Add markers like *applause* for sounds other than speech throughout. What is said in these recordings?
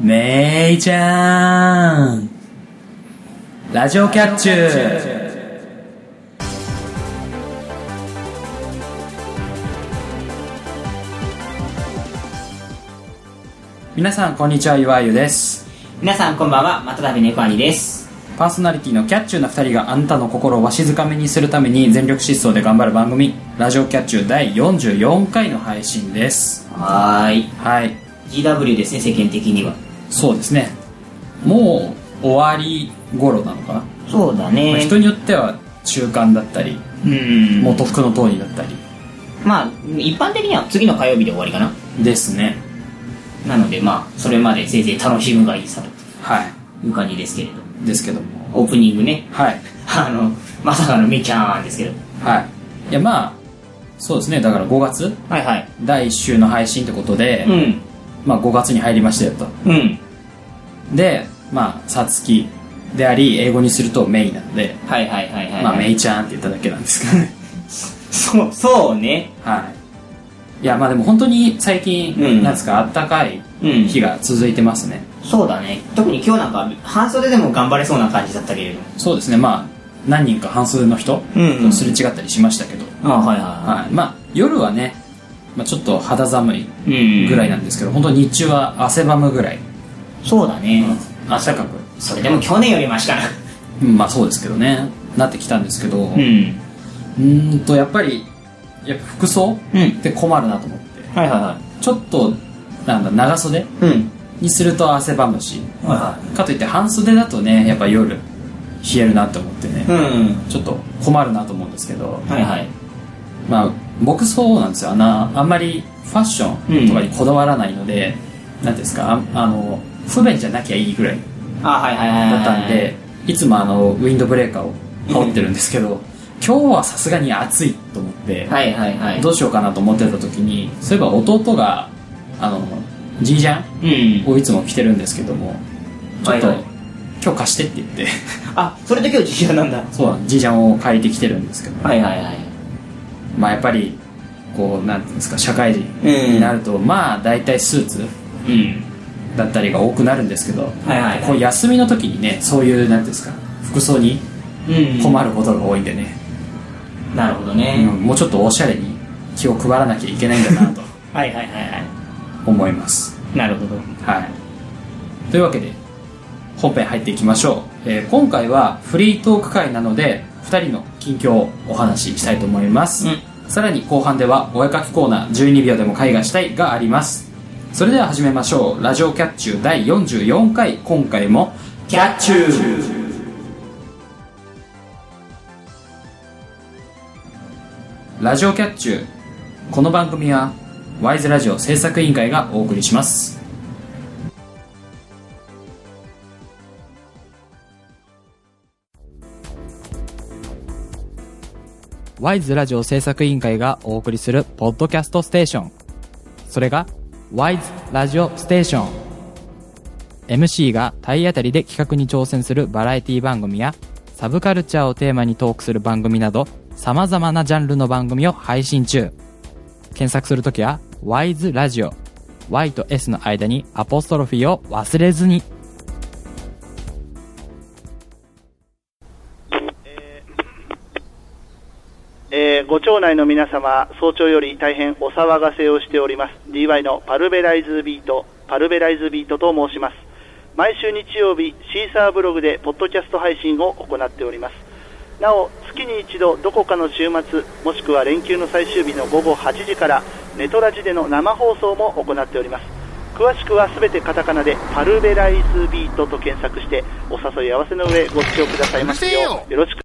めいちゃんラジオキャッチュー皆さんこんにちは岩井ゆです皆さんこんばんはまたたび猫兄ですパーソナリティのキャッチューな2人があなたの心をわしづかみにするために全力疾走で頑張る番組「ラジオキャッチュー」第44回の配信ですはーいはい GW ですね世間的にはそうですねもう終わり頃なのかな、そうだまあね人によっては中間だったりうん元服の通りだったりまあ一般的には次の火曜日で終わりかなですねなのでまあそれまでせいぜい楽しむがいいさとはいう感じですけれどいですけどもオープニングね *laughs* はいあのまさかのめちゃーんですけどはいいやまあそうですねだから5月はいはい第1週の配信ってことで、うんまあ5月に入りましたよとうんでまあさつきであり英語にするとメイなので、はいはいはいはいはい、まあメイちゃんって言っただけなんですけどねそうそうねはいいやまあでも本当に最近、うんなんですかあったかいうん日が続いてますね、そうだね特に今日なんか半袖でも頑張れそうな感じだったけれどもそうですねまあ何人か半数の人うんとすれ違ったりしましたけど、あはいははい、まあ夜はね、まあ、ちょっと肌寒いいはいうんぐらいなんですけど、本当に日中は汗ばむぐらいそうだね、暖かく、それでも去年よりマシかなうんまあそうですけどねなってきたんですけど、うんーんとやっぱりやっぱ服装うんって困るなと思ってはいはちょっとなんだ長袖いはいうんにすると汗ばむしはいはかといって半袖だとねやっぱ夜冷えるなって思ってね、うんちょっと困るなと思うんですけど、はいはいまあ僕そうなんですよあなあんまりファッションとかにこだわらないので、なんていうんですかああの不便じゃなきゃいいぐらいあはいはいはいだったんでいつもあのウィンドブレーカーを羽織ってるんですけど今日はさすがに暑いと思って、はいはいはいどうしようかなと思ってた時にそういえば弟があのジージャンうんをいつも着てるんですけどもちょっと、はいはい今日貸してって言って *laughs* あそれで今日実写なんだそうなんジージャンを借りてきてるんですけど、はいはいはいまあやっぱりこうなんていうんですか社会人うんになると、まあ大体スーツうんだったりが多くなるんですけど、はいはいこう休みの時にねそういうなんていうんですか服装にうん困ることが多いんでね、なるほどうんねもうちょっとおしゃれに気を配らなきゃいけないんだな *laughs* とはいはいはいは思いますいなるほどはいというわけで本編入っていきましょう、えー今回はフリートーク会なので2人の近況をお話ししたいと思います、うさらに後半ではお絵かきコーナー12秒でも絵画したいがありますそれでは始めましょうラジオキャッチュー第44回今回もキャッチューラジオキャッチューこの番組はワイズラジオ制作委員会がお送りしますワイズラジオ制作委員会がお送りするポッドキャストステーションそれがワイズラジオステーション MC が体当たりで企画に挑戦するバラエティ番組やサブカルチャーをテーマにトークする番組など様々なジャンルの番組を配信中検索するときは WISE ラジオ Y と S の間にアポストロフィーを忘れずにえーご町内の皆様、早朝より大変お騒がせをしております。DY のパルベライズビート、パルベライズビートと申します。毎週日曜日、シーサーブログでポッドキャスト配信を行っております。なお、月に一度、どこかの週末、もしくは連休の最終日の午後8時から、ネトラジでの生放送も行っております。詳しくはすべてカタカナで、パルベライズビートと検索して、お誘い合わせの上、ご視聴くださいますよう、よろしく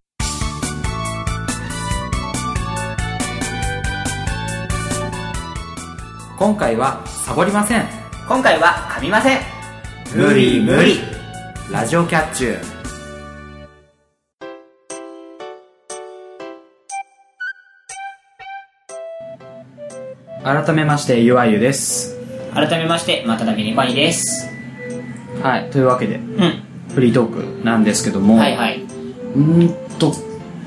今回はサボりません今回は噛みません無理無理ラジオキャッチュー改めましてゆあゆです改めましてまたたび猫兄ですはいというわけでうんフリートークなんですけども、はいはいうーんと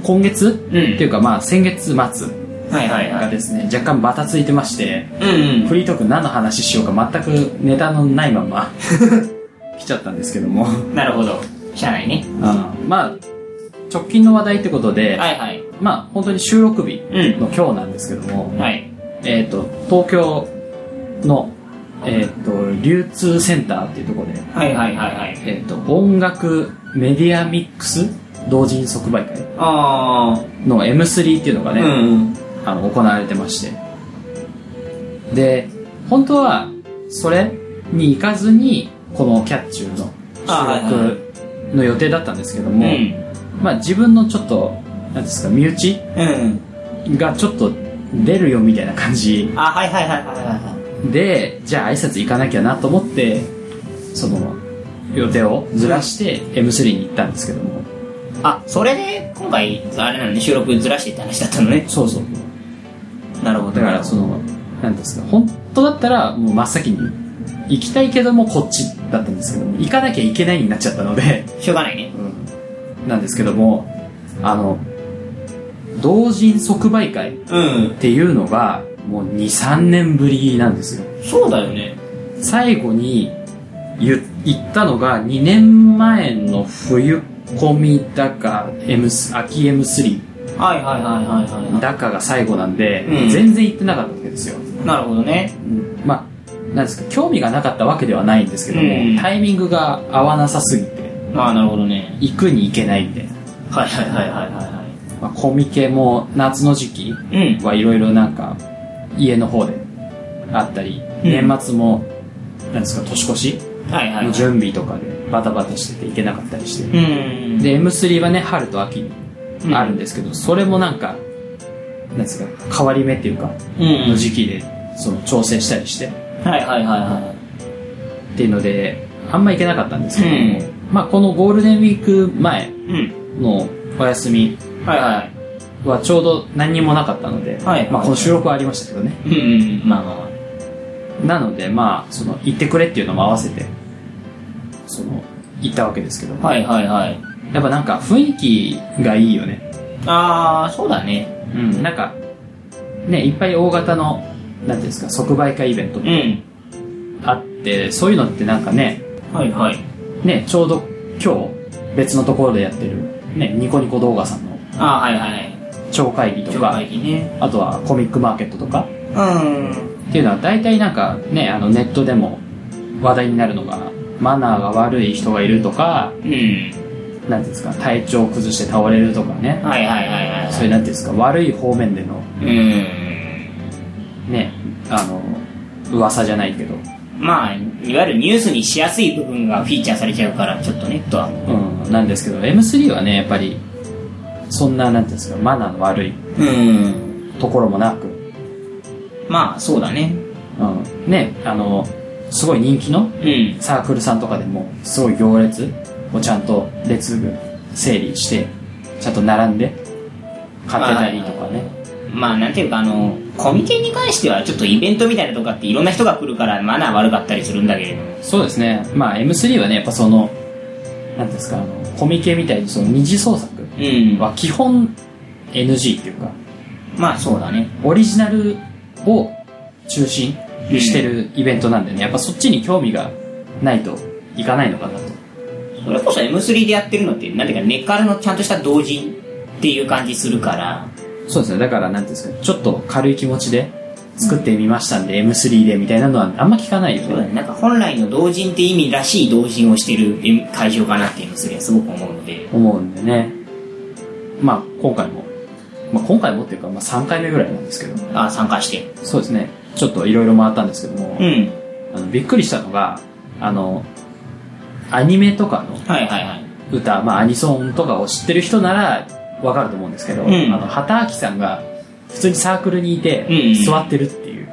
今月、っていうかまあ先月末はいはいはがいですね若干バタついてましてうんうんフリートーク何の話しようか全くネタのないまま *laughs* 来ちゃったんですけども、うん、なるほど。社内ね。まあ直近の話題ってことで、はいはい。まあ本当に収録日うんの今日なんですけども、はい。えっ、と東京のえっ、と流通センターっていうところで、はいはいはいはい。えっ、と音楽メディアミックス同人即売会あの M3 っていうのがあ、ね、うん。あの行われてましてで本当はそれに行かずにこの「キャッチュー」のあはいはい収録の予定だったんですけどうも、ん。まあ自分のちょっとなんですか身内うん。がちょっと出るよみたいな感じあ、はいはいはいはいはいでじゃあ挨拶行かなきゃなと思ってその予定をずらして M3 に行ったんですけどもはい。あ、それで、今回、あれなんで、収録ずらしてって話だったのね。そうそうなるほだからそのなんですか本当だったらもう真っ先に行きたいけどもこっちだったんですけども行かなきゃいけないになっちゃったので、しょうがないね。なんですけどもあの同人即売会っうん。ていうのがもう23年ぶりなんですよそうだよね。最後に言行ったのが2年前の冬込みだか M 秋 M3 はいはいはいはいはだかが最後なんで、うん全然行ってなかったわけですよい。なるほどね。まあなんですか興味がなかったわけではないんですけども、うんタイミングが合わなさすぎてああ、なるほどね。行くに行けないみたいな、はいはいはいはいはまあ、コミケも夏の時期いはい。うん。はいろいろなんか家の方であったり、うん年末もなんですか年越しはいはいのはい。準備とかでバタバタしてて行けなかったりして、うん。で M3 はね春と秋にあるんですけど、それもなんかなんですか変わり目っていうかうん、の時期でその調整したりして、はいはいはいはっていうのであんま行けなかったんですけども、まあこのゴールデンウィーク前い。うん。のお休みはいははちょうど何にもなかったので、はいまあこの収録はありましたけどねい。うんうん。まあまあまあ。なのでまあその行ってくれっていうのも合わせてその行ったわけですけども、はいはいはい。やっぱなんか雰囲気がいいよねああ、そうだね。うんなんかねいっぱい大型のなんていうんですか即売会イベントもん。あって、そういうのってなんかねはいはい。ねちょうど今日別のところでやってる、ね、ニコニコ動画さんのああ、はいはい。超会議と超か会議ね。あとはコミックマーケットとかうん。っていうのは大体なんかねあのネットでも話題になるのがマナーが悪い人がいるとかうん。なんていうんですか体調を崩して倒れるとかねはいはいはいはい。そういうなんていうんですか悪い方面でのうん。ねあの噂じゃないけど、まあ、いわゆるニュースにしやすい部分がフィーチャーされちゃうから、ちょっとネットは。うん、なんですけど M3 はねやっぱりそんななんていうんですかマナーの悪いうん。ところもなく、まあ、そうだね。うん、ねあのすごい人気のうん。サークルさんとかでもすごい行列をちゃんと列具整理してちゃんと並んで買ってたりとかねまあ、なんていうか、あの、コミケに関しては、ちょっとイベントみたいなとかっていろんな人が来るから、マナー悪かったりするんだけれども。そうですねまあ M3 はねやっぱそのなんていうんですかあのコミケみたいにその二次創作うん。は基本 NG っていうかまあ、そうだね。オリジナルを中心にしてるイベントなんでねやっぱそっちに興味がないといかないのかなとそれこそ M3 でやってるのって、なんていうか、根っからのちゃんとした同人っていう感じするから。そうですねだからなんていうんですかちょっと軽い気持ちで作ってみましたんで、M3 でみたいなのはあんま聞かないよそうだねね、なんか本来の同人って意味らしい同人をしてる会場かなっていうのすげえすごく思うので。思うんでねまあ今回も、まあ、今回もっていうか、まあ、3回目ぐらいなんですけどあ、参加して。そうですねちょっといろいろ回ったんですけども、うん。あのびっくりしたのがあのアニメとかのはいはいはい。歌、まあ、アニソンとかを知ってる人ならわかると思うんですけど、うんあの畑明さんが普通にサークルにいてうんうん座ってるっていう、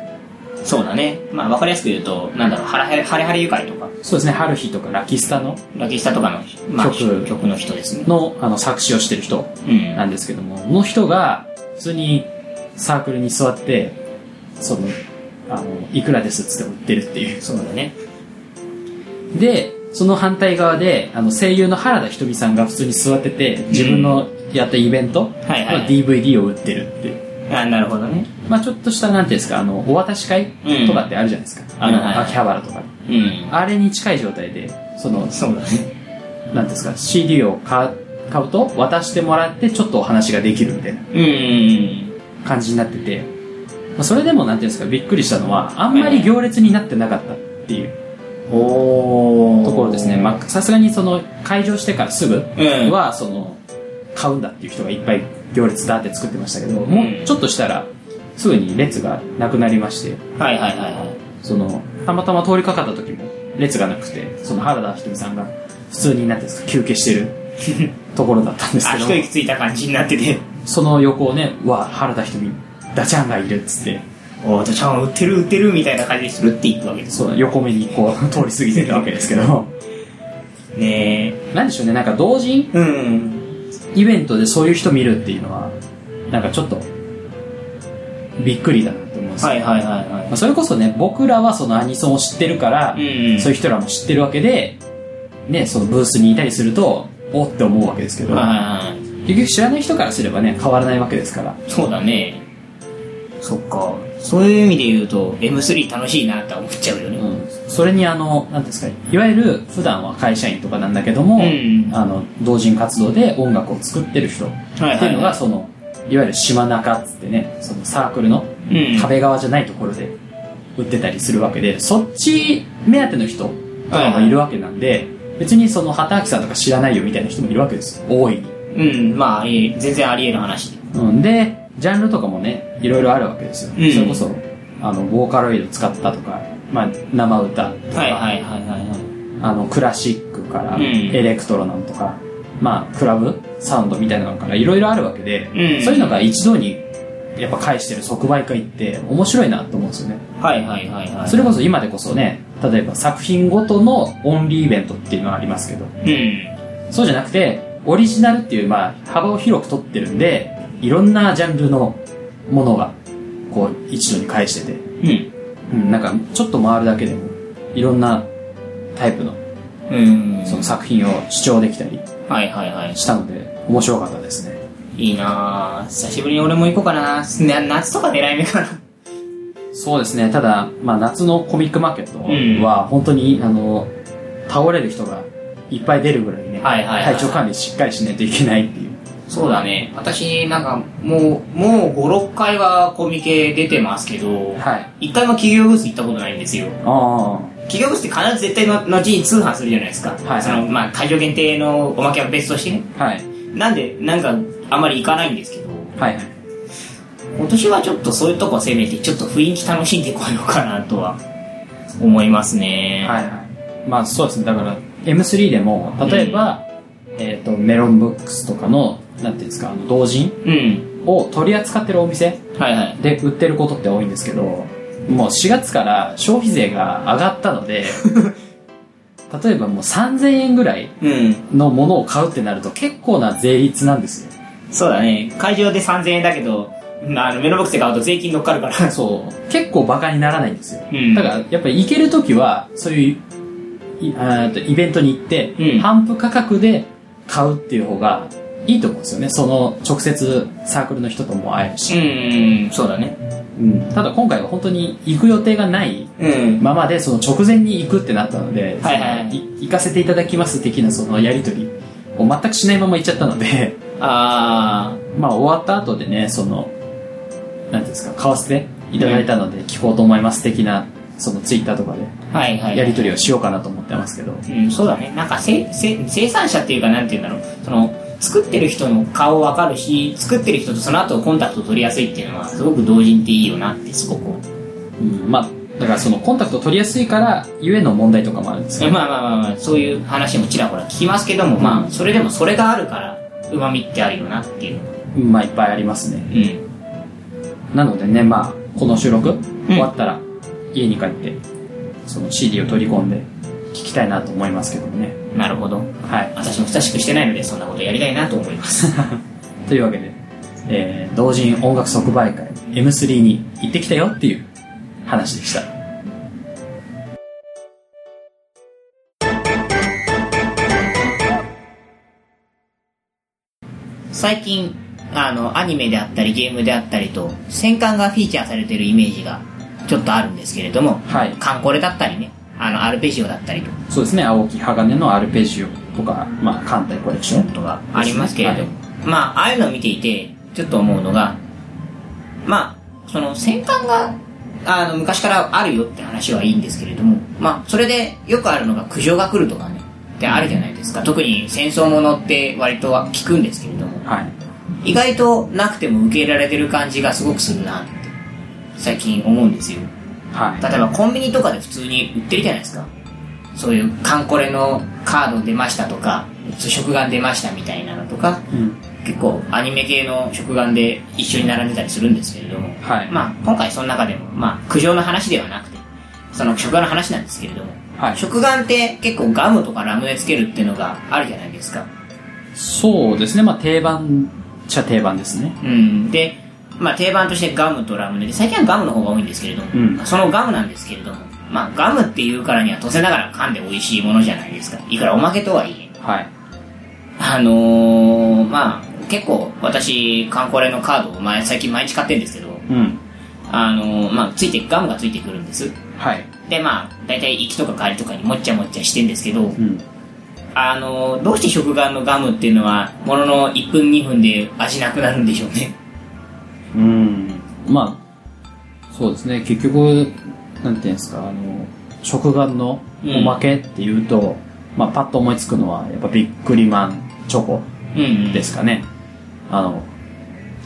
そうだね。まあわかりやすく言うと、なんだろう、ハラハラハレハレ愉快とか、そうですね「春日」とか「ラキスタの」ラキスタとかの、まあ、曲曲曲の人ですね。のあの作詞をしてる人うん。なんですけども、この人が普通にサークルに座って、その、あの、いくらですっつって売ってるっていう。そうだね。で、その反対側で、あの、声優の原田ひとみさんが普通に座ってて、自分のやったイベントのはいはい DVD を売ってるっていう。あ、なるほどね。まあちょっとした、なんていうんですか、あの、お渡し会うんとかってあるじゃないですか。んあはいはいの、秋葉原とかで。うん。あれに近い状態で、その、そうだね。なんていうんですか、CD を買買うと、渡してもらって、ちょっとお話ができるみたいなうん。感じになってて、まあ、それでもなんていうんですか、びっくりしたのは、あんまり行列になってなかったっていうおところですね。まあ、さすがにその、開場してからすぐうん。は、その、買うんだっていう人がいっぱい行列だって作ってましたけど、もうちょっとしたら、すぐに列がなくなりまして、はいはいはいはい。その、たまたま通りかかった時も、列がなくて、その原田ひとみさんが、普通になんていうんですか、休憩してる *laughs* ところだったんですあ、けど一、息ついた感じになってて。その横をね、うわ、原田ひとみ、ダチャンがいるっつって、おー、とちゃん売ってる売ってるみたいな感じにするって言ったわけです。そう横目にこう、通り過ぎてたわけですけど、ねえ。 *laughs* なんでしょうね、なんか同人うん。イベントでそういう人見るっていうのは、なんかちょっと、びっくりだなって思うんですよはいはいはいまあそれこそね、僕らはそのアニソンを知ってるから、はい。うん。そういう人らも知ってるわけで、ね、そのブースにいたりすると、おって思うわけですけど、はいはいはい。結局知らない人からすればね、変わらないわけですから。そうだね。そっか。そういう意味で言うと、M3 楽しいなって思っちゃうようね。ん。それにあの、なんていうんですか、いわゆる普段は会社員とかなんだけども、うんあの、同人活動で音楽を作ってる人ってはいいうのが、その、いわゆる島中っつってね、そのサークルのうん。壁側じゃないところで売ってたりするわけで、そっち目当ての人とかもいるわけなんで、別にその畑明さんとか知らないよみたいな人もいるわけですよ。大いに。うん、まあ、あり全然あり得る話。うん、で、ジャンルとかもね、いろいろあるわけですよ。うんそれこそ、あの、ボーカロイド使ったとか、まあ、生歌とか、はいはいはいはいはい。あの、クラシックから、うんエレクトロなのとか、まあ、クラブサウンドみたいなのから、いろいろあるわけで、うんそういうのが一度に、やっぱ返してる即売会って面白いなと思うんですよね。はいはいはいはい。それこそ今でこそね、例えば作品ごとのオンリーイベントっていうのはありますけど、うん。そうじゃなくて、オリジナルっていう、まあ、幅を広く取ってるんで、いろんなジャンルのものが、こう、一度に返してて、うん。うん、なんか、ちょっと回るだけでも、いろんなタイプの、うん。その作品を視聴できたりはいはいはい。したので、面白かったですね。いいなぁ。久しぶりに俺も行こうかなな夏とか狙い目かな。そうですね、ただ、まあ、夏のコミックマーケッうんトは、本当に、あの、倒れる人がいっぱい出るぐらいね、はいはいはい体調管理しっかりしないといけないっていう。そうだね。私、なんか、もう、もう5、6回はコミケ出てますけど、はい。一回も企業ブース行ったことないんですよ。ああ。企業ブースって必ず絶対の後に通販するじゃないですか。はいその、まあ、会場限定のおまけは別としてね。はい。なんで、なんか、あまり行かないんですけど、はいはい。今年はちょっとそういうとこ攻めて、ちょっと雰囲気楽しんでこようかなとは、思いますね。はいはい。まあそうですね、だから、M3 でも、例えば、えっ、と、メロンブックスとかの、なんていうんですか、あの、同人うん。を取り扱ってるお店はいはい。で売ってることって多いんですけど、もう4月から消費税が上がったの *laughs* で、例えばもう3000円ぐらいうん。のものを買うってなると結構な税率なんですよ。そうだね。会場で3000円だけど、まああの、メロボックスで買うと税金乗っかるから。 *laughs* そう。結構バカにならないんですよ。うんだから、やっぱり行けるときは、そういう、いあーっとイベントに行って、うん半布価格で買うっていう方がいいと思うんですよね。その、直接サークルの人とも会えるし。うん、そうだね。うんただ今回は本当に行く予定がないうん。ままで、その直前に行くってなったので、はいはいはいい行かせていただきます的なそのやりとりを全くしないまま行っちゃったので、あまあ終わった後でね、その、なんていうんですか、買わせていただいたので、聞こうと思います的な、そのツイッターとかでー、はいはい。やり取りをしようかなと思ってますけど。うん、そうだね。なんかせせ、生産者っていうか、なんて言うんだろう。その、作ってる人の顔わかるし、作ってる人とその後コンタクト取りやすいっていうのは、すごく同人っていいよなって、すごく思う。うん、まあ、だからそのコンタクト取りやすいから、ゆえの問題とかもあるんですけまあど、まあまあまあ、そういう話もちらほら聞きますけども、まあ、それでもそれがあるから、旨味ってあるよなっていうのが。まあいっぱいありますね。うん。なのでね、まあ、この収録終わったら、家に帰って、その CD を取り込んで、聞きたいなと思いますけどもね。なるほど。はい。私も親しくしてないので、そんなことやりたいなと思います。というわけで、えー、同人音楽即売会 M3 に行ってきたよっていう話でした。最近あのアニメであったりゲームであったりと戦艦がフィーチャーされてるイメージがちょっとあるんですけれどもはい。艦これだったりねあの、アルペジオだったりとかそうですね青木鋼のアルペジオとか、まあ、艦隊コレクションとか、ありますけれども、まあ、ああいうのを見ていて、ちょっと思うのが、まあ、その戦艦が、あの、昔からあるよって話はいいんですけれども、まあ、それでよくあるのが苦情が来るとかね、ってあるじゃないですか。特に戦争ものって割とは聞くんですけれども、はい、はい意外となくても受け入れられてる感じがすごくするなって、最近思うんですよ。はい例えばコンビニとかで普通に売ってるじゃないですかそういうカンコレのカード出ましたとかそう食玩出ましたみたいなのとかうん結構アニメ系の食玩で一緒に並んでたりするんですけれども、はいまあ今回その中でもまあ苦情の話ではなくてその食玩の話なんですけれども、はい食玩って結構ガムとかラムネつけるっていうのがあるじゃないですかそうですねまあ定番っちゃ定番ですねうん、で、まあ、定番としてガムとラムネで最近はガムの方が多いんですけれども、うんそのガムなんですけれども、まあ、ガムっていうからには当然ながら噛んで美味しいものじゃないですかいくらおまけとはいえはいあのー、まあ結構私観光レのカードを前最近毎日買ってるんですけどうんあのー、まあついてガムがついてくるんですはいでまあ大体行きとか帰りとかにもっちゃもっちゃしてんですけど、うんあのー、どうして食玩のガムっていうのはものの1分2分で味なくなるんでしょうねうんまあそうですね結局なんていうんですかあの食玩のおまけっていうと、まあ、パッと思いつくのはやっぱビックリマンチョコうん、うん、ですかねあの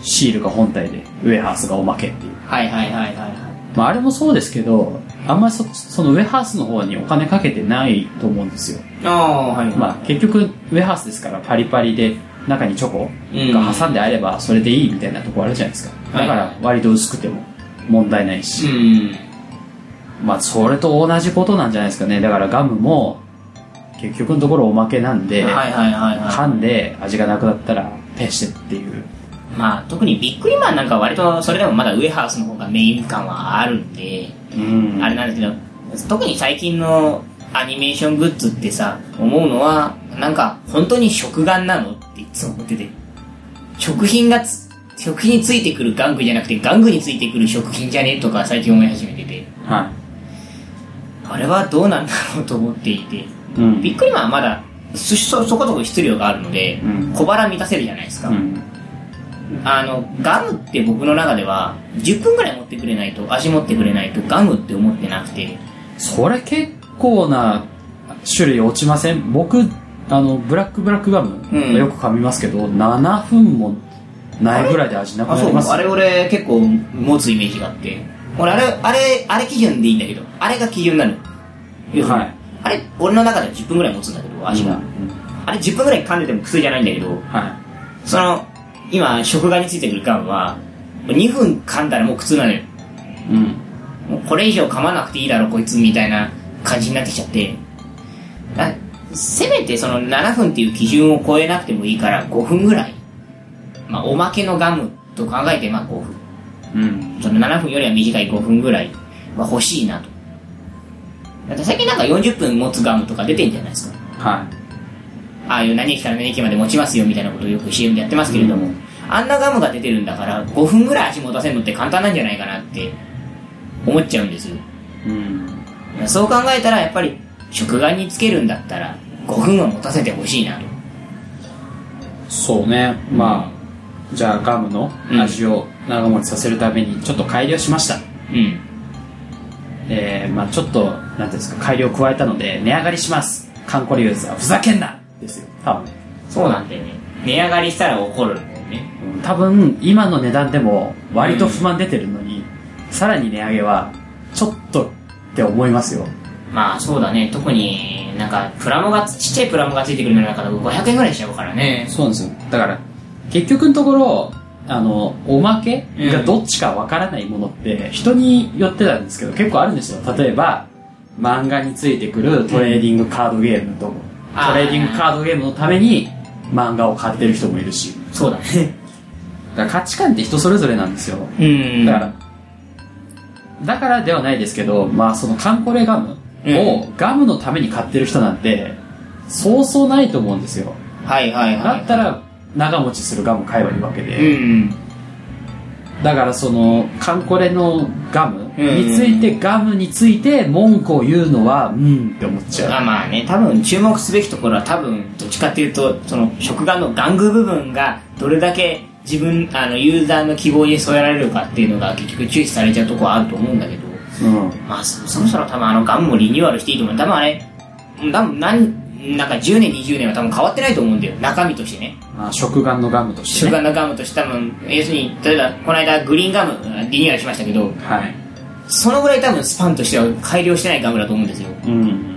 シールが本体でウェハースがおまけっていう、はいはいはいはいはいまあ、あれもそうですけどあんまりそそのウェハースの方にお金かけてないと思うんですよ、ああはいまあ、結局ウェハースですからパリパリで中にチョコが挟んであればそれでいいみたいなとこあるじゃないですかはだいから割と薄くても問題ないし、うんまあそれと同じことなんじゃないですかねだからガムも結局のところおまけなんで、はいはいはいは噛んで味がなくなったらペしてっていういまあ特にビックリマンなんか割とそれでもまだウェハースの方がメイン感はあるんで、うんあれなんですけど特に最近のアニメーショングッズってさ思うのはなんか本当に食玩なのっていつも思ってて食品がつ食品についてくる玩具じゃなくて玩具についてくる食品じゃねとか最近思い始めててはあれはどうなんだろうと思っていていうんビックリマンはまだそそそこそこ質量があるのでうん小腹満たせるじゃないですか、うんあのガムって僕の中では10分ぐらい持ってくれないと味持ってくれないとガムって思ってなくてそれ結構な種類落ちません僕あのブラックブラックガうんムよく噛みますけど、7分もないぐらいで味なくあなそりうますあれ俺結構持つイメージがあって俺あれあれあれ基準でいいんだけどあれが基準なの要するにはいあれ俺の中では10分ぐらい持つんだけど味が、うんうんあれ10分ぐらい噛んでても癖じゃないんだけどはその今食がについてくるガムは2分噛んだらもう苦痛なのよいうんもうこれ以上噛まなくていいだろこいつみたいな感じになってきちゃってあせめてその7分っていう基準を超えなくてもいいから5分ぐらい、まあ、おまけのガムと考えてまあ5分うんその7分よりは短い5分ぐらいは欲しいなとだって最近なんか40分持つガムとか出てんじゃないですかはああいう何駅から何駅まで持ちますよみたいなことをよく CM でやってますけれども、うんあんなガムが出てるんだから5分ぐらい足持たせるのって簡単なんじゃないかなって思っちゃうんですよいうんそう考えたらやっぱり食玩につけるんだったら5分は持たせてほしいなとそうねまあじゃあガムの味を長持ちさせるためにちょっと改良しました、うんえーまあちょっとなんていうんですか改良を加えたので値上がりしますカンコリユーザーふざけんなですよ多分そうなんだよね値上がりしたら怒るんだよね多分今の値段でも割と不満出てるのに、さらに値上げはちょっとって思いますよまあそうだね特になんかプラモがちっちゃいプラモがついてくるのなんかだと500円ぐらいしちゃうからねそうなんですよだから結局のところあのおまけがどっちかわからないものって人によってなんですけど結構あるんですよ例えば漫画についてくるトレーディングカードゲームとあートレーディングカードゲームのために漫画を買ってる人もいるしそうだねだから価値観って人それぞれなんですようんだから、だからではないですけど、まあそのカンコレガムをガムのために買ってる人なんて、そうそうないと思うんですよ。はいはいはいだったら長持ちするガム買えばいいわけうんうで、んだからそのカンコレのガムうんについて、ガムについて文句を言うのはうんって思っちゃあまあね、多分注目すべきところは多分、どっちかっていうと、その食玩の玩具部分がどれだけ自分、あの、ユーザーの希望に添えられるかっていうのが結局注視されちゃうとこはあると思うんだけど、う、うん、まあそそろそろ多分あのガムもリニューアルしていいと思う。多分あれ、うん多分何、なんか10年20年は多分変わってないと思うんだよ。中身としてね。まあ食玩のガムとして、食ね、玩のガムとして多分、要するに、例えばこの間グリーンガムうんリニューアルしましたけど、はいそのぐらい多分スパンとしては改良してないガムだと思うんですよ。うん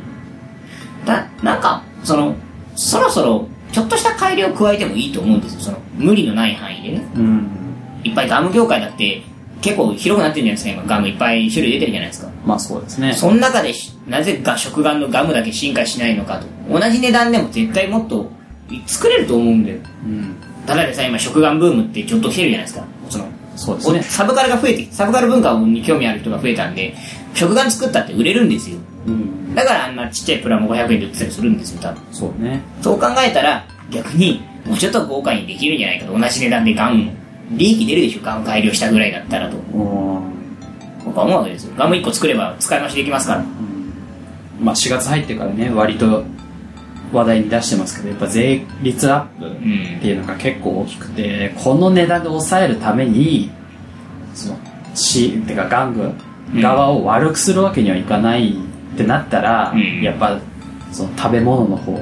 だなんかそのそろそろちょっとした改良を加えてもいいと思うんですよその無理のない範囲でねうんいっぱいガム業界だって結構広くなってるんじゃないですか今ガムいっぱい種類出てるじゃないですかまあそうですねその中でしなぜか食玩のガムだけ進化しないのかと同じ値段でも絶対もっと作れると思うんだようんただでさえ今食玩ブームってちょっと来てるじゃないですかそのそうですねおサブカルが増えてサブカル文化に興味ある人が増えたんで食玩作ったって売れるんですようんだからあんなちっちゃいプラも500円で売ってたりするんですよ多分そうねそう考えたら、逆に、もうちょっと豪華にできるんじゃないかと、同じ値段でガムも。利益出るでしょ、ガム改良したぐらいだったらと。うん僕は思うわけですよ。ガム1個作れば使い回しできますから。まあ4月入ってからね割と話題に出してますけどやっぱ税率アップんっていうのが結構大きくてこの値段で抑えるためにそのしってか玩具側を悪くするわけにはいかないってなったら、うんやっぱその食べ物の方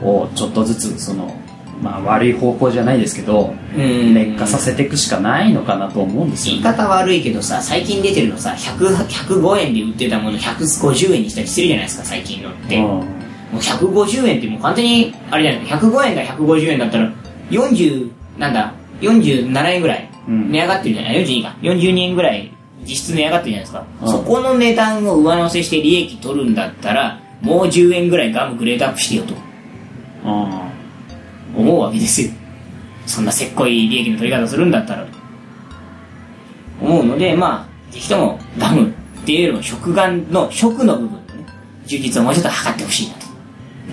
をちょっとずつその、まあ、悪い方向じゃないですけどうん劣化させていくしかないのかなと思うんですよ言いね方悪いけどさ、最近出てるのさ、100 105円で売ってたもの150円にしたりしてるじゃないですか、最近のって。もうんう150円ってもう完全に、あれじゃない、105円が150円だったら、40、なんだ、47円ぐらいうん値上がってるじゃない、42か。42円ぐらい実質値上がってるじゃないですか。うんそこの値段を上乗せして利益取るんだったら、もう10円ぐらいガムグレードアップしてよとうん思うわけですよ。そんなせっこい利益の取り方するんだったらと思うので、まあ、ぜひともガムっていうよりも食玩の食の部分のね、充実をもうちょっと測ってほしいなと。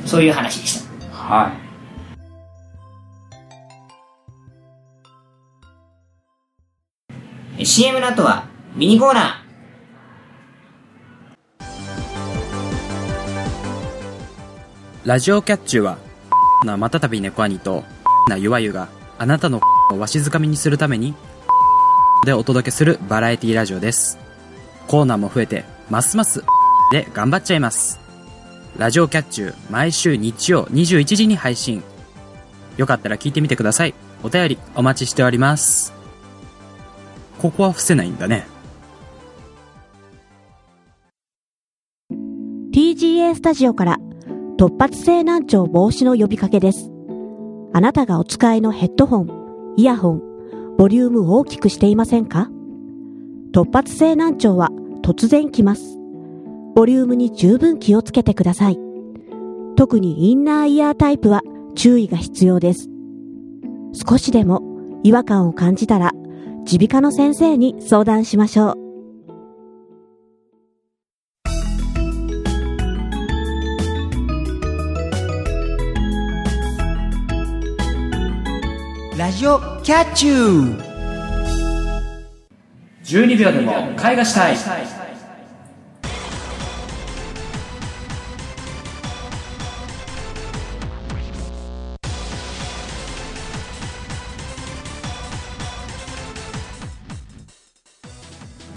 そういう話でした。はいえ CM の後はミニコーナー。ラジオキャッチュは、なまたたび猫兄と、なゆわゆがあなたのをわしづかみにするために、でお届けするバラエティラジオです。コーナーも増えて、ますますで頑張っちゃいます。ラジオキャッチュ毎週日曜21時に配信。よかったら聞いてみてください。お便りお待ちしております。ここは伏せないんだね。 TGA スタジオから突発性難聴防止の呼びかけです。あなたがお使いのヘッドホン、イヤホン、ボリュームを大きくしていませんか突発性難聴は突然来ます。ボリュームに十分気をつけてください。特にインナーイヤータイプは注意が必要です。少しでも違和感を感じたら、耳鼻科の先生に相談しましょう。ラジオキャッチュー12秒でも絵画したい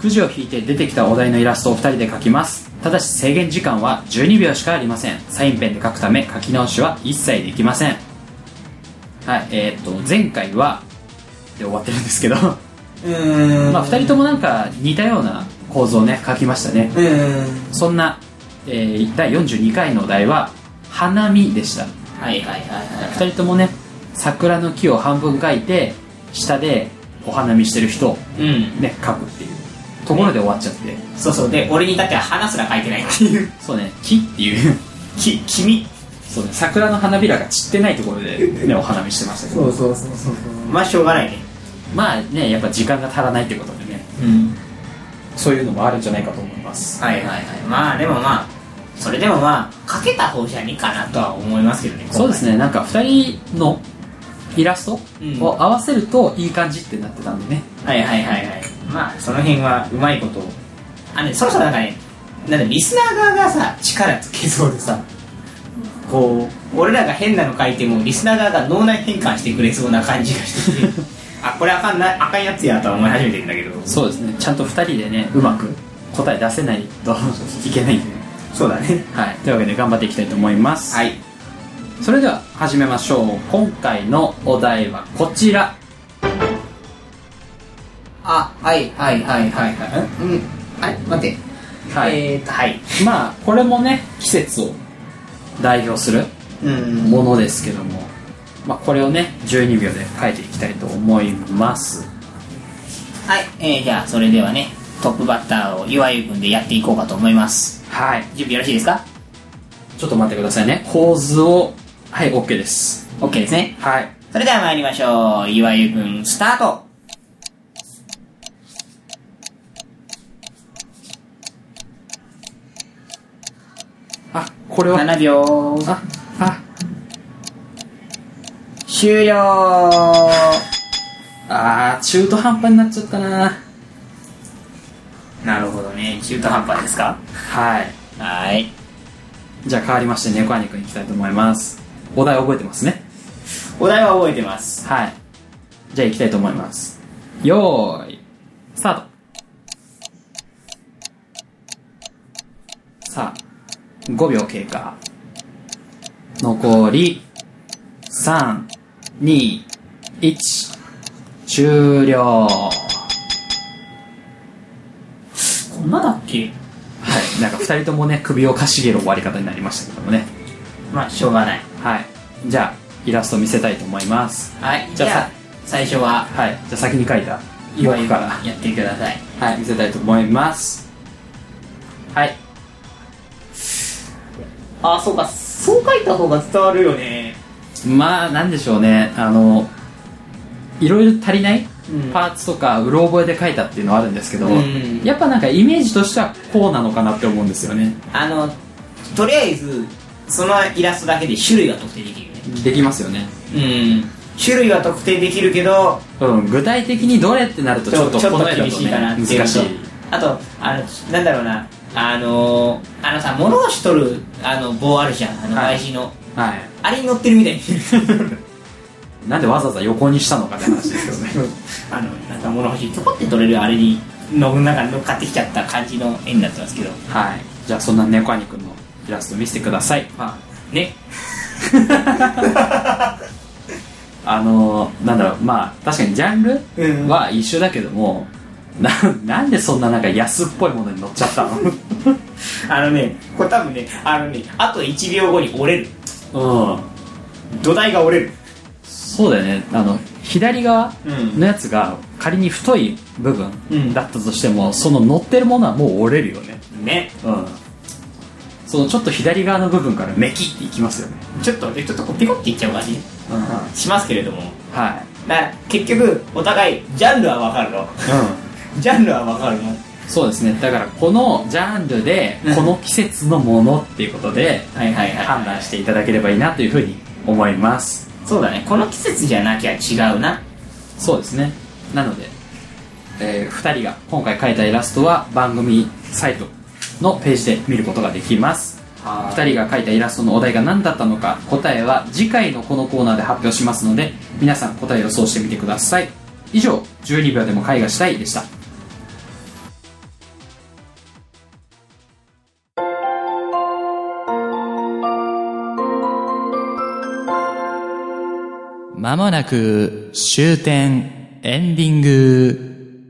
くじを引いて出てきたお題のイラストを2人で描きますただし制限時間は12秒しかありませんサインペンで描くため描き直しは一切できませんはいえー、っと前回はで終わってるんですけどうんまあ、2人ともなんか似たような構造をね書きましたねうん。そんな、えー第42回のお題は「花見」でしたはいはいはいはい。 2人ともね桜の木を半分描いて下でお花見してる人をうん。ね描くっていうところで終わっちゃって、そうそう。で、俺にだっては花すら書いてないっていう。 *laughs* そうね木っていう *laughs* き、君。そうね桜の花びらが散ってないところで、ね、お花見してましたけどうそうそうそう。まあ、しょうがないね。まあねやっぱ時間が足らないってことでねうん。そういうのもあるんじゃないかと思いますはいはいはい。まあ、でもまあ、それでもまあ、かけた方じゃねえかなとは思いますけどね。そうですねなんか2人のイラストうんを合わせるといい感じってなってたんでね、はいはいはいはいまあその辺はうまいことあのねそろそろなんかねなんだリスナー側がさ力つけそうでさこう俺らが変なの書いてもリスナー側が脳内変換してくれそうな感じがしててあこれあかんなあかんやつやとは思い始めてるんだけどそうですねちゃんと2人でねうまく答え出せないといけないんで、そうだねはい、というわけで頑張っていきたいと思います、はいそれでは始めましょう今回のお題はこちらあはいはいはいはいはいうんあれ待ってはい、えーっとはいまあこれもね季節を代表するうんものですけども、まあ、これをね12秒で書いていきたいと思いますはい、えー、じゃあそれではねトップバッターを岩井君でやっていこうかと思いますはい準備よろしいですかちょっと待ってくださいね構図をはい OK です OK ですねはいそれでは参りましょう。岩井くん、スタートあこれは !7 秒。ああ終了あー中途半端になっちゃったななるほどね。中途半端ですかはいはい。じゃあ変わりまして猫アニくんいきたいと思いますお題覚えてますねお題は覚えてます。はいじゃあいきたいと思いますよーいスタートさあ5秒経過残り321終了はこんなだっけいなんか2人ともね首をかしげる終わり方になりましたけどもねまあ、しょうがない。はいじゃあイラスト見せたいと思いますはい。じじゃあゃあ、最初は、はいじゃあ先に書いた岩井僕くかんらやってください。はい、見せたいと思います。はい。あ、そうか。そう書いた方が伝わるよね。まあ、なんでしょうね。あの、いろいろ足りないうんパーツとか、うろ覚えで書いたっていうのはあるんですけど、うんやっぱなんかイメージとしてはこうなのかなって思うんですよね。あの、とりあえず、そのイラストだけで種類が特定できるよね。できますよね。うん。種類は特定できるけど、うん、具体的にどれってなるとちょっとこの絵だ厳としいね、かなって難いうしのとい。あとあのなんだろうなあのーあのさ物をしとるあの棒あるじゃんあのはい外しの、はい。あれに乗ってるみたいに *laughs* なんでわざわざ横にしたのかって話ですけ *laughs* どね。あのなんか物欲しいとこって取れるあれにのなんか乗っかってきちゃった感じの絵になってますけどはい。じゃあそんな猫兄くんのイラスト見せてください。まあね *laughs* あのーなんだろうまあ確かにジャンルうんは一緒だけども、ななんでそんななんか安っぽいものに乗っちゃったのあのねこれ多分ねあのねあと1秒後に折れるうん土台が折れるそうだよねあの左側のやつが仮に太い部うん分だったとしても、その乗ってるものはもう折れるよねねうんそのちょっと左側の部分からメキっていきますよねちょっとでちょっとこうピコっていっちゃう感じうんしますけれどもはいだから結局お互いジャンルは分かるの *laughs* うジャンルは分かるのんそうですねだからこのジャンルでうんこの季節のものっていうことではいはいはい判断していただければいいなというふうに思いますそうだねこの季節じゃなきゃ違うなそうですねなので、え2人が今回描いたイラストは番組サイトのページで見ることができますは2人が描いたイラストのお題が何だったのか答えは次回のこのコーナーで発表しますので皆さん答え予想してみてください以上12秒でも絵画したいでしたまもなく終点エンディング。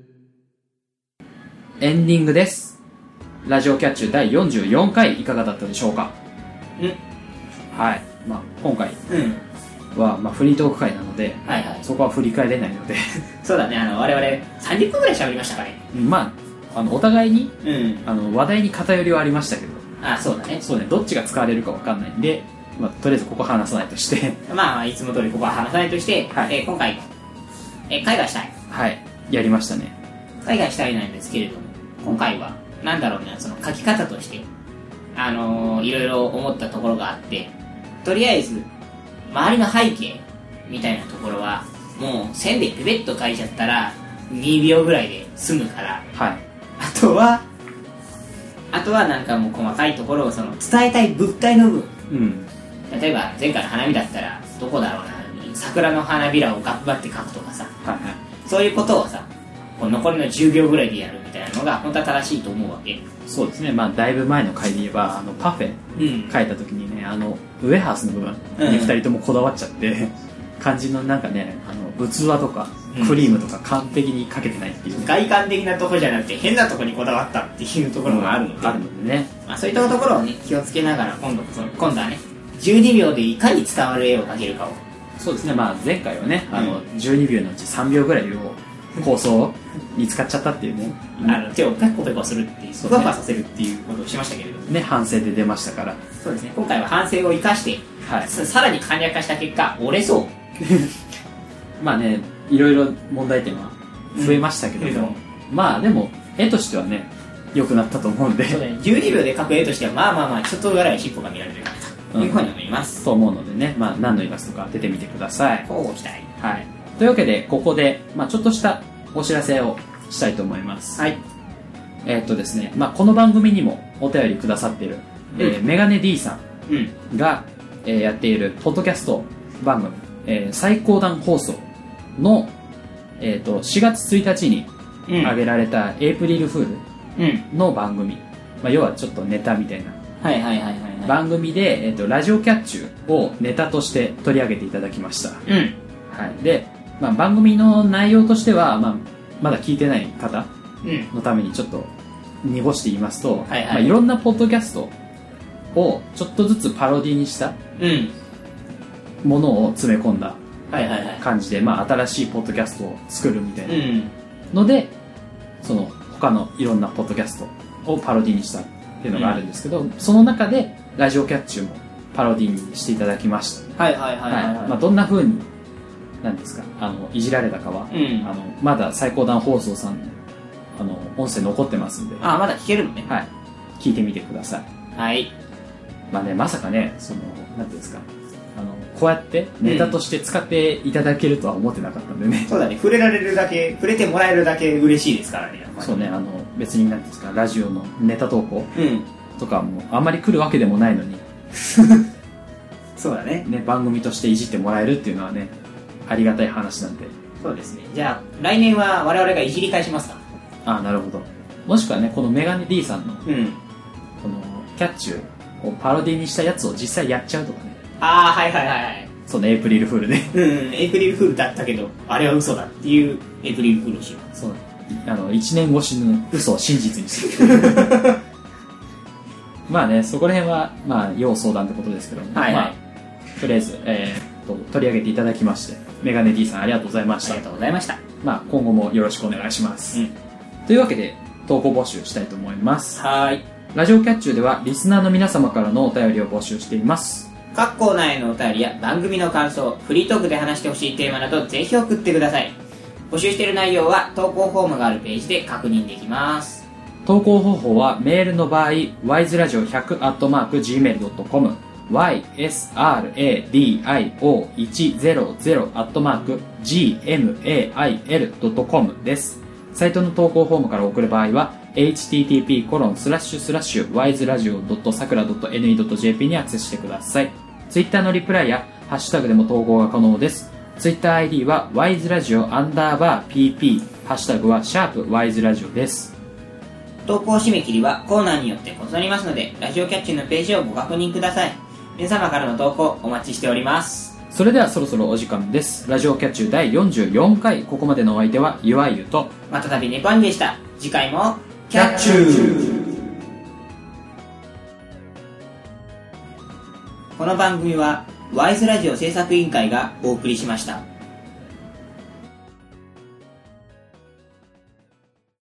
エンディングですラジオキャッチュ第44回いかがだったでしょうかはい、まあ、今回うんは、まあ、フリートーク会なのではいはいそこは振り返れないの *laughs* でそうだねあの我々30分ぐらい喋りましたかねまあ、あのお互いにうんあの話題に偏りはありましたけどあそうだねそうねどっちが使われるか分かんないんで、まあ、とりあえずここ話さないとしてまあいつも通りここは話さないとして、はいえー今回、えー、海外したいはいやりましたね海外したいなんですけれども今回はなんだろうねその書き方としてあのーいろいろ思ったところがあってとりあえず周りの背景みたいなところはもう線でペペッと書いちゃったら2秒ぐらいで済むからはいあとはあとはなんかもう細かいところをその伝えたい物体の部分うん例えば前回の花火だったらどこだろうな桜の花びらを頑張って描くとかさはいはいそういうことをさこう残りの10秒ぐらいでやるみたいなのが本当は正しいと思うわけそうですねまあだいぶ前の回で言えばあのパフェうん書いた時にねあのウエハースの部分うんに2人ともこだわっちゃって、肝心のなんかねあの器とかうんクリームとか完璧にかけてないっていうね、外観的なとこじゃなくて変なとこにこだわったっていうところがあるので、あるのでねまあ、そういったところをね気をつけながら今度こそ今度はね12秒でいかに伝わる絵を描けるかをそうですねまあ前回はね、あうの12秒のうち3秒ぐらいを放送に使っちゃったっていう *laughs* ねあの手をペコペコするっていうそふうねわふわさせるっていうことをしましたけれどもね反省で出ましたからそうですね今回は反省を生かしてはいささらに簡略化した結果折れそうまあねいろいろ問題点は増えましたけども、まあでも絵としてはね良くなったと思うんでそうだね12秒で描く絵としてはまあまあまあちょっとぐらいは尻尾が見られるかなというふうに思います、と思うのでね、まあ、何のイラストか当ててみてくださいこうご期待はい。というわけで、ここで、まあ、ちょっとしたお知らせをしたいと思います。はいえーっとですね、まあ、この番組にもお便りくださっている、えーうメガネ D さうんんが、えーやっているポッドキャスト番組、えー最高段放送の、えーっと、4月1日にうん上げられたエイプリルフーうんルの番組、まあ、要はちょっとネタみたいなはいはいはいはいはい番組で、えーっと、ラジオキャッチューをネタとして取り上げていただきました。うんはい、で、まあ、番組の内容としては、まあ、まだ聞いてない方うんのためにちょっと濁して言いますと、はいはいまあ、いろんなポッドキャストをちょっとずつパロディにしたうんものを詰め込んだはいはいはい感じで、まあ、新しいポッドキャストを作るみたいうなんので、その他のいろんなポッドキャストをパロディにしたっていうのがあるんですけど、その中でラジオキャッチューもパロディにしていただきました。はいはいはいはいまあ、どんな風になんですかあのいじられたかは、うんあのまだ最高段放送さんあの音声残ってますんで、はあまだ聞けるのねい、聞いてみてください、はいまあね、まさかねそのなんていうんですかあのこうやってネタとして使っていただけるとは思ってなかったんでね、そうだね触れられるだけ触れてもらえるだけ嬉しいですからねやっぱりそうねあの別になんていうんですかラジオのネタ投稿うんとかもあんまり来るわけでもないのに、そうだねね、番組としていじってもらえるっていうのはねありがたい話なんでそうですねじゃあ来年は我々がいじり返しますかああなるほどもしくはねこのメガネ D さんのうんこのキャッチューをパロディにしたやつを実際やっちゃうとかねああはいはいはいはいそのエイプリルフールでうんうんエイプリルフールだったけどあれは嘘だっていうエイプリルフールをしよそうあの1年越しの嘘を真実にする *laughs* まあねそこら辺はまあ要相談ってことですけども、はいはまいあ、とりあえず、えーっと取り上げていただきましてメガネ D さんありがとうございまうしありたがとうございましたまあ、今後もよろしくお願いします、うんというわけで投稿募集したいと思いますはーいラジオキャッチューではリスナーの皆様からのお便りを募集しています各コーナーへのお便りや番組の感想フリートークで話してほしいテーマなどぜひ送ってください募集している内容は投稿フォームがあるページで確認できます投稿方法はメールの場合 wiseradio100-gmail.com ysradio100-gmail.com ですサイトの投稿フォームから送る場合は http://wiseradio.sakura.ne.jp にアクセスしてくださいツイッターのリプライやハッシュタグでも投稿が可能ですツイッター ID は wiseradio アンダーバー pp ハッシュタグはシャープ wiseradio です投稿締め切りはコーナーによって異なりますのでラジオキャッチのページをご確認ください皆様からの投稿お待ちしておりますそれではそろそろお時間です。ラジオキャッチュー第44回、ここまでのお相手は、ゆわゆと、またたびネパンでした次回もキャッチューこの番組はワイズラジオ制作委員会がお送りしました